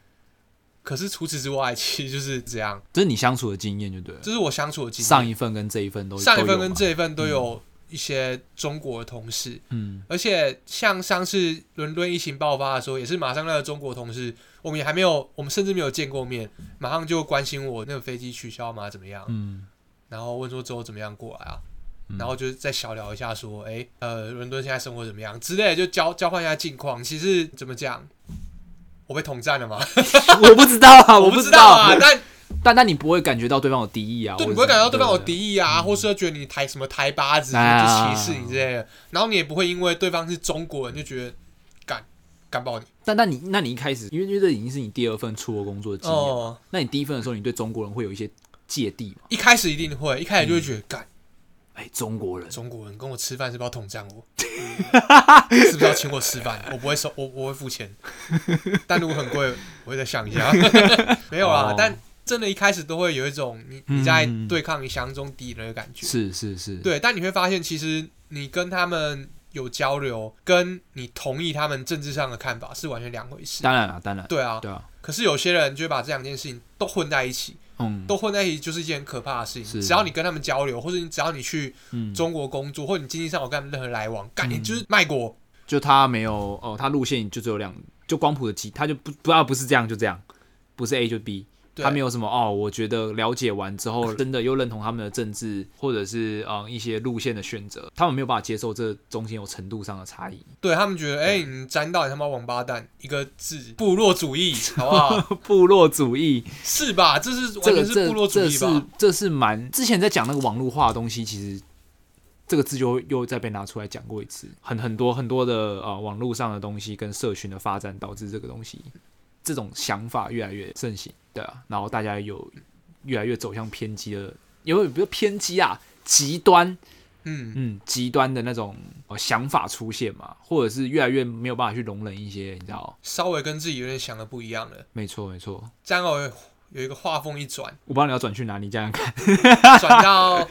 Speaker 2: 可是除此之外，其实就是这样，
Speaker 1: 这是你相处的经验就对了。
Speaker 2: 这是我相处的经验。
Speaker 1: 上一份跟这一份都
Speaker 2: 上一份
Speaker 1: 都有
Speaker 2: 跟
Speaker 1: 嘛
Speaker 2: 这一份都有一些中国的同事，
Speaker 1: 嗯
Speaker 2: 而且像上次伦敦疫情爆发的时候，也是马上那个中国同事，我们也还没有，我们甚至没有见过面，马上就关心我那个飞机取消吗？怎么样？ <laughs>
Speaker 1: 嗯
Speaker 2: 然后问说之后怎么样过来啊，
Speaker 1: 嗯
Speaker 2: 然后就是再小聊一下说，哎，呃，伦敦现在生活怎么样之类的，就交交换一下近况。其实怎么讲，我被统战了吗？
Speaker 1: 我不知道啊，
Speaker 2: 我
Speaker 1: 不
Speaker 2: 知
Speaker 1: 知
Speaker 2: 道
Speaker 1: 道 <laughs>
Speaker 2: 啊，。但
Speaker 1: 但但你不会感觉到对方有敌意啊？
Speaker 2: 对你
Speaker 1: 或者
Speaker 2: 不会感觉到对方有
Speaker 1: 意。
Speaker 2: 敌意啊，或是觉得你台什么台巴
Speaker 1: 嗯
Speaker 2: 子，
Speaker 1: 啊
Speaker 2: 就歧视你之类的，然后你也不会因为对方是中国人就觉得干干爆你
Speaker 1: 但但你那你一开始，因为因为这已经是你第二份出国工作的经验，
Speaker 2: 哦。
Speaker 1: 那你第一份的时候，你对中国人会有一些芥蒂嘛？
Speaker 2: 一开始一定会，一开始就会
Speaker 1: 嗯
Speaker 2: 觉得干
Speaker 1: 哎，中国人
Speaker 2: 中国人跟我吃饭是不是要统战
Speaker 1: <laughs>
Speaker 2: 我？嗯是不是要请我吃饭？我不会收，我我会付钱，
Speaker 1: <laughs>
Speaker 2: 但如果很贵，我会再想一下。没有啊，
Speaker 1: 哦
Speaker 2: 但真的，一开始都会有一种你你在
Speaker 1: 嗯
Speaker 2: 对抗你想象中敌人的感觉。
Speaker 1: 是是是，，
Speaker 2: 对，但你会发现，其实你跟他们有交流，跟你同意他们政治上的看法是完全两回事。
Speaker 1: 当然了，当然，
Speaker 2: 对啊，
Speaker 1: 对啊，
Speaker 2: 可是有些人就会把这两件事情都混在一起，
Speaker 1: 嗯
Speaker 2: 都混在一起就是一件很可怕的事情。
Speaker 1: 是
Speaker 2: 只要你跟他们交流，或者你只要你去
Speaker 1: 嗯，
Speaker 2: 中国工作，或者你经济上有跟他们任何来往，干你就是卖国。
Speaker 1: 就他没有哦，他路线就只有两，就光谱的几，他就不不要不是这样就这样，不是 A 就 B，
Speaker 2: 对
Speaker 1: 他没有什么哦，我觉得了解完之后，真的又认同他们的政治或者是嗯一些路线的选择，他们没有办法接受这中间有程度上的差异。 <laughs>
Speaker 2: 对他们觉得，哎、你沾到你他妈王八蛋一个字，部落
Speaker 1: <laughs>
Speaker 2: 主义，好不好？
Speaker 1: 部落主义，
Speaker 2: 是吧？这是
Speaker 1: 这
Speaker 2: 完
Speaker 1: 个
Speaker 2: 全是
Speaker 1: 这
Speaker 2: 部落主
Speaker 1: 这
Speaker 2: 义
Speaker 1: 是
Speaker 2: 吧？
Speaker 1: 这是蛮之前在讲那个网络化的东西，其实这个字就又再被拿出来讲过一次。很很多很多的呃网络上的东西跟社群的发展，导致这个东西这种想法越来越盛行，对啊，然后大家有越来越走向偏激的，因为不是偏激啊，极端，
Speaker 2: 嗯，
Speaker 1: 嗯，极端的那种、呃、想法出现嘛，或者是越来越没有办法去容忍一些，你知道？
Speaker 2: 稍微跟自己有点想的不一样了。
Speaker 1: 没错，没错。
Speaker 2: 这样有有一个画风一
Speaker 1: <laughs>
Speaker 2: 转，
Speaker 1: 我不知道你要转去哪里，这样看。
Speaker 2: 转到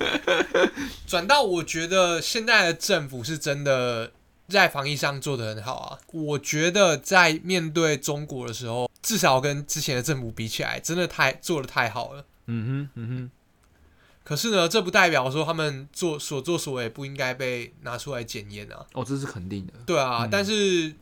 Speaker 2: 转到，我觉得现在的政府是真的在防疫上做得很好啊。我觉得在面对中国的时候，至少跟之前的政府比起来，真的太做的太好了。
Speaker 1: 嗯哼，嗯哼。
Speaker 2: 可是呢，这不代表说他们做所作所为不应该被拿出来检验啊。
Speaker 1: 哦，这是肯定的。
Speaker 2: 对啊，但是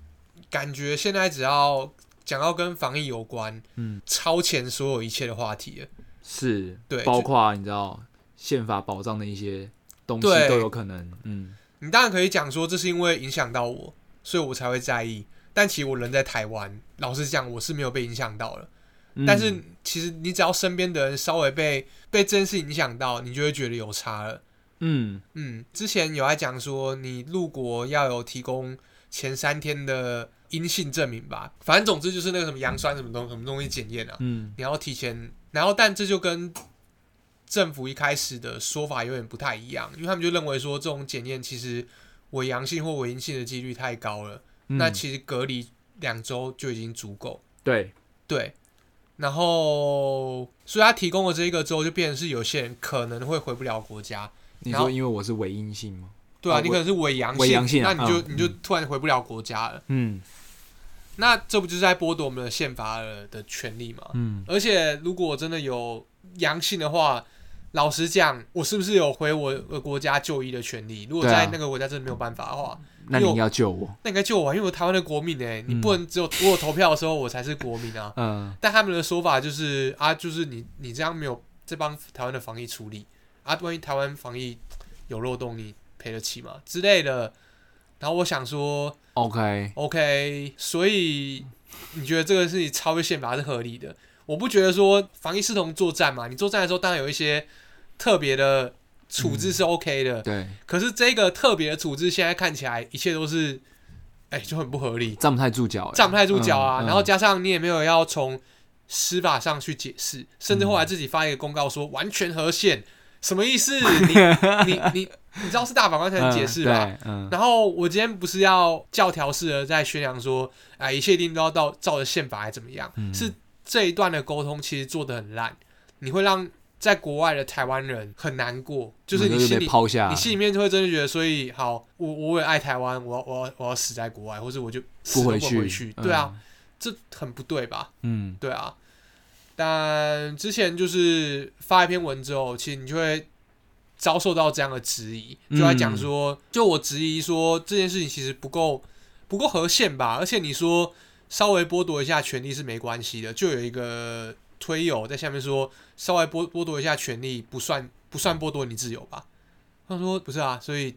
Speaker 2: 感觉现在只要讲到跟防疫有关，
Speaker 1: 嗯，
Speaker 2: 超前所有一切的话题了。
Speaker 1: 是，
Speaker 2: 对
Speaker 1: 包
Speaker 2: 就
Speaker 1: 括你知道宪法保障的一些东西
Speaker 2: 对
Speaker 1: 都有可能。嗯，
Speaker 2: 你当然可以讲说这是因为影响到我，所以我才会在意。但其实我人在台湾，老实讲，我是没有被影响到了。
Speaker 1: 嗯
Speaker 2: 但是其实你只要身边的人稍微被被这件事影响到，你就会觉得有差了。
Speaker 1: 嗯，
Speaker 2: 嗯，之前有在讲说，你入国要有提供前三天的阴性证明吧，反正总之就是那个什么阳酸什么东什么东西检验啊，
Speaker 1: 嗯，
Speaker 2: 你要提前。然后，但这就跟政府一开始的说法有点不太一样，因为他们就认为说这种检验其实伪阳性或伪阴性的几率太高了，
Speaker 1: 嗯
Speaker 2: 那其实隔离两周就已经足够。
Speaker 1: 对，
Speaker 2: 对，然后所以他提供了这一个之后，就变成是有些人可能会回不了国家。
Speaker 1: 你
Speaker 2: 然后
Speaker 1: 说因为我是伪阴性吗？
Speaker 2: 对啊，
Speaker 1: 啊
Speaker 2: 你
Speaker 1: 我
Speaker 2: 可能是伪阳
Speaker 1: 伪阳性啊
Speaker 2: 那你就、
Speaker 1: 嗯
Speaker 2: 你就突然回不了国家了。
Speaker 1: 嗯
Speaker 2: 那这不就是在剥夺我们的宪法的的权利吗？
Speaker 1: 嗯，
Speaker 2: 而且如果真的有阳性的话，老实讲，我是不是有回我的国家就医的权利？如果
Speaker 1: 对啊
Speaker 2: 在那个国家真的没有办法的话，
Speaker 1: 那你要救我。
Speaker 2: 那应该救我啊，因为我台湾的国民哎、你不能只有我有投票的时候我才是国民啊。
Speaker 1: 嗯，
Speaker 2: 但他们的说法就是啊，就是你你这样没有这帮台湾的防疫处理啊，万一台湾防疫有漏洞，你赔得起吗之类的。然后我想说
Speaker 1: OK，
Speaker 2: ，OK，所以你觉得这个事情超越宪法是合理的？我不觉得说防疫视同作战嘛，你作战的时候当然有一些特别的处置是 OK 的，
Speaker 1: 对，
Speaker 2: 可是这个特别的处置现在看起来一切都是，哎、就很不合理。
Speaker 1: 站不太住脚欸，
Speaker 2: 站不太住脚啊。
Speaker 1: 嗯
Speaker 2: 然后加上你也没有要从司法上去解释，甚至后来自己发一个公告说完全合宪，什么意
Speaker 1: <laughs>
Speaker 2: 思？你你你你知道是大法官才能解释吧？？
Speaker 1: 嗯对，
Speaker 2: 然后我今天不是要教条式的在宣扬说，哎，一切一定都要到照着宪法来怎么样？
Speaker 1: 嗯
Speaker 2: 是这一段的沟通其实做的很烂，你会让在国外的台湾人很难过，
Speaker 1: 就
Speaker 2: 就是你心
Speaker 1: 被
Speaker 2: 里
Speaker 1: 抛下，
Speaker 2: 你心里面就会真的觉得，所以好，我我也爱台湾，我要我要我要死在国外，或者我就死
Speaker 1: 不回
Speaker 2: 都不回去。对啊，，这很不对吧？
Speaker 1: 嗯
Speaker 2: 对啊。但之前就是发一篇文之后，其实你就会遭受到这样的质疑，就在讲
Speaker 1: 嗯
Speaker 2: 说，就我质疑说这件事情其实不够不够合宪吧，而且你说稍微剥夺一下权利是没关系的，就有一个推友在下面说，稍微剥剥夺一下权利不算不算剥夺你自由吧？他说不是啊，所以
Speaker 1: 嗯，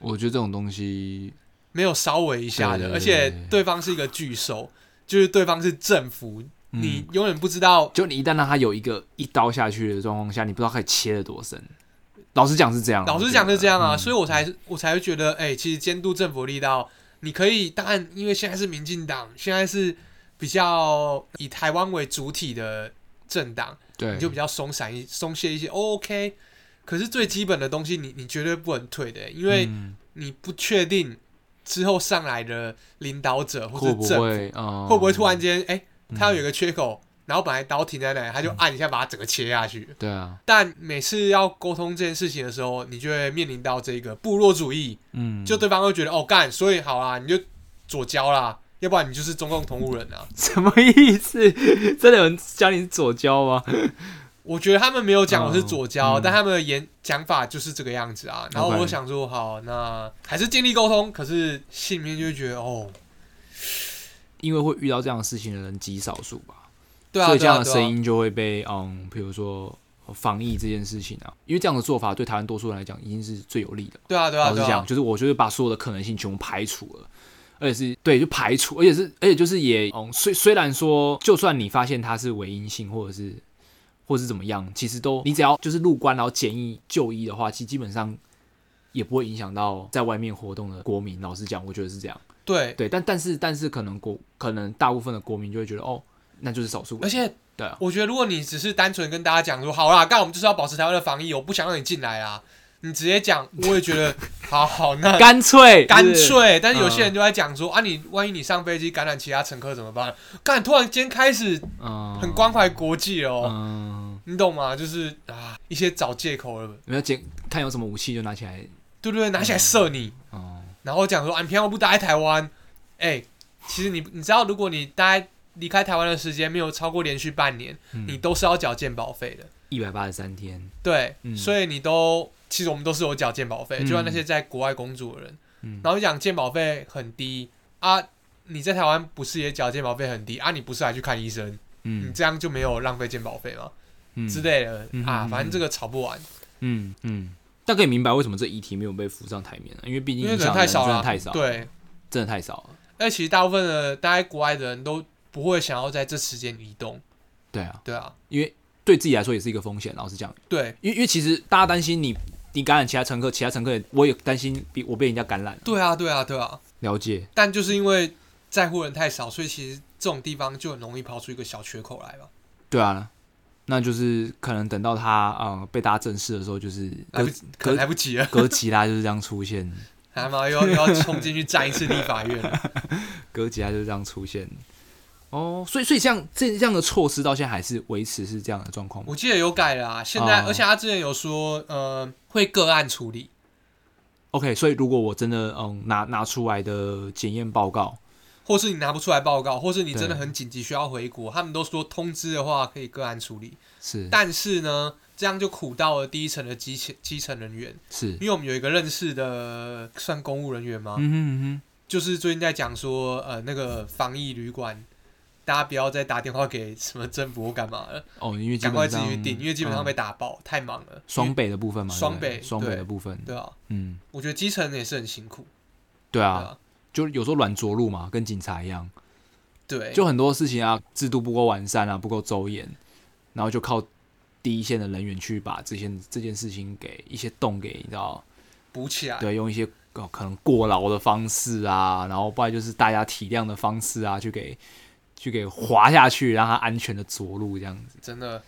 Speaker 1: 我觉得这种东西，
Speaker 2: 没有稍微一
Speaker 1: 对
Speaker 2: 下的，
Speaker 1: 对对
Speaker 2: 而且
Speaker 1: 对
Speaker 2: 对方是一个巨兽，就是对方是政府，
Speaker 1: 嗯哦
Speaker 2: 你永远不知道
Speaker 1: 就你一旦让它有一个一刀下去的状况下，你不知道可以切得多深。老实讲是这样啊，
Speaker 2: 老实
Speaker 1: 我
Speaker 2: 讲
Speaker 1: 觉
Speaker 2: 是
Speaker 1: 得
Speaker 2: 这样啊，所以我才我才会觉得，哎、其实监督政府的力道，你可以，当然，因为现在是民进党，现在是比较以台湾为主体的政党，
Speaker 1: 对，
Speaker 2: 你就比较松散一松懈一些、o k 可是最基本的东西你，你绝对不能退的、因为
Speaker 1: 嗯
Speaker 2: 你不确定之后上来的领导者或
Speaker 1: 会
Speaker 2: 是
Speaker 1: 不
Speaker 2: 政府
Speaker 1: 会啊，
Speaker 2: 会不会突然间，哎、
Speaker 1: 嗯
Speaker 2: 他有一个缺口，然后本来刀停在那里，他就按一下把它整个切下去。
Speaker 1: 对啊，
Speaker 2: 但每次要沟通这件事情的时候，你就会面临到这个部落主义，
Speaker 1: 嗯，
Speaker 2: 就对方会觉得哦干，所以好啦，你就左交啦，要不然你就是中共同路人啊。
Speaker 1: 什么意思？ <laughs> 真的有人教你是左交吗？
Speaker 2: 我觉得他们没有讲我是左交，
Speaker 1: 哦嗯
Speaker 2: 但他们的言讲法就是这个样子啊。然后
Speaker 1: OK
Speaker 2: 我想说，好，那还是尽力沟通，可是心里面就会觉得哦，
Speaker 1: 因为会遇到这样的事情的人极少数吧，
Speaker 2: 对啊，
Speaker 1: 所以这样的
Speaker 2: 对啊对啊
Speaker 1: 声音就会被嗯，比如说防疫这件事情啊，因为这样的做法对台湾多数人来讲已经是最有利的。
Speaker 2: 对啊，对啊，
Speaker 1: 老
Speaker 2: 对
Speaker 1: 实
Speaker 2: 啊
Speaker 1: 讲，，哦就是我就是把所有的可能性全部排除了。而且是对，就排除，而且是，而且就是也，嗯，虽虽然说，就算你发现它是伪阴性，或者是，或是怎么样，其实都你只要就是入关然后检疫就医的话，其实基本上也不会影响到在外面活动的国民。老实讲，我觉得是这样。
Speaker 2: 对，
Speaker 1: 对，但但是但是可能国可能大部分的国民就会觉得哦，那就是少数
Speaker 2: 而且
Speaker 1: 对啊，
Speaker 2: 我觉得如果你只是单纯跟大家讲说，好啦，干我们就是要保持台湾的防疫，我不想让你进来啊，你直接讲，我也觉得好好那
Speaker 1: 干脆
Speaker 2: 干
Speaker 1: 是嗯
Speaker 2: 脆。但是有些人就在讲说，啊，你万一你上飞机感染其他乘客怎么办？干，突然间开始
Speaker 1: 嗯
Speaker 2: 很关怀国际哦，
Speaker 1: 嗯，
Speaker 2: 你懂吗？就是啊，一些找借口了，
Speaker 1: 没有捡看有什么武器就拿起来
Speaker 2: 对不对？拿起来射你。
Speaker 1: 哦、
Speaker 2: 然后讲说，啊，你平常不待在台湾，哎、其实你你知道，如果你待离开台湾的时间没有超过连续半年，
Speaker 1: 嗯
Speaker 2: 你都是要缴健保费的，
Speaker 1: 一百八十三天，
Speaker 2: 对，
Speaker 1: 嗯
Speaker 2: 所以你都其实我们都是有缴健保费，
Speaker 1: 嗯
Speaker 2: 就像那些在国外工作的人，
Speaker 1: 嗯
Speaker 2: 然后讲健保费很低啊，你在台湾不是也缴健保费很低啊？你不是还去看医生？你
Speaker 1: 嗯
Speaker 2: 这样就没有浪费健保费吗？
Speaker 1: 嗯
Speaker 2: 之类的
Speaker 1: 嗯
Speaker 2: 啊，
Speaker 1: 嗯
Speaker 2: 反正这个吵不完，
Speaker 1: 嗯嗯，大概也明白为什么这议题没有被浮上台面了，因为毕竟
Speaker 2: 因为
Speaker 1: 影响
Speaker 2: 太
Speaker 1: 的
Speaker 2: 少
Speaker 1: 真
Speaker 2: 了，啊
Speaker 1: 的太少，，
Speaker 2: 对，
Speaker 1: 真的太少了，
Speaker 2: 而且其实大部分的待在国外的人都不会想要在这时间移动，
Speaker 1: 对啊，
Speaker 2: 对啊，
Speaker 1: 因为对自己来说也是一个风险，老实讲，
Speaker 2: 对
Speaker 1: 因为因为其实大家担心你你感染其他乘客，其他乘客也我也担心比我被人家感染，
Speaker 2: 对啊，对啊，对啊。
Speaker 1: 了解，
Speaker 2: 但就是因为在乎人太少，所以其实这种地方就很容易抛出一个小缺口来吧。
Speaker 1: 对啊。那就是可能等到他呃被大家正视的时候，就是隔
Speaker 2: 来啊不及，可能来不及了，
Speaker 1: 格吉拉就是这样出现， <laughs>
Speaker 2: 他妈又要又要冲进去站一次立法院了。
Speaker 1: 格吉拉就是这样出现。哦，所以所以像这这样的措施到现在还是维持是这样的状况吗？
Speaker 2: 我记得有改啦、现在、
Speaker 1: 哦
Speaker 2: 而且他之前有说，呃，会个案处理，
Speaker 1: OK，所以如果我真的嗯拿拿出来的检验报告，
Speaker 2: 或是你拿不出来报告，或是你真的很紧急需要回国，他们都说通知的话可以个案处理。
Speaker 1: 是
Speaker 2: 但是呢，这样就苦到了第一层的基层基层人员，
Speaker 1: 是，
Speaker 2: 因为我们有一个认识的算公务人员吗？
Speaker 1: 嗯哼嗯
Speaker 2: 就是最近在讲说，呃，那个防疫旅馆，大家不要再打电话给什么政府或干嘛了，
Speaker 1: 哼，哦，因为基
Speaker 2: 赶快
Speaker 1: 本
Speaker 2: 自己去
Speaker 1: 上
Speaker 2: 订，因为基本上
Speaker 1: 嗯
Speaker 2: 被打爆，太忙了。
Speaker 1: 双北的部分嘛，
Speaker 2: 双
Speaker 1: 对不对
Speaker 2: 北
Speaker 1: 双北
Speaker 2: 对
Speaker 1: 的部分，
Speaker 2: 对啊，
Speaker 1: 嗯，
Speaker 2: 我觉得基层人也是很辛苦。
Speaker 1: 对
Speaker 2: 对
Speaker 1: 啊，
Speaker 2: 啊，
Speaker 1: 就有时候软着陆嘛，跟警察一样，
Speaker 2: 对，
Speaker 1: 就很多事情啊，制度不够完善啊，不够周延，然后就靠第一线的人员去把这些这件事情给一些洞给你知道，
Speaker 2: 补起来。
Speaker 1: 对，用一些哦可能过劳的方式啊，然后不然就是大家体谅的方式啊，去给去给滑下去，让它安全的着陆这样子。
Speaker 2: 真的，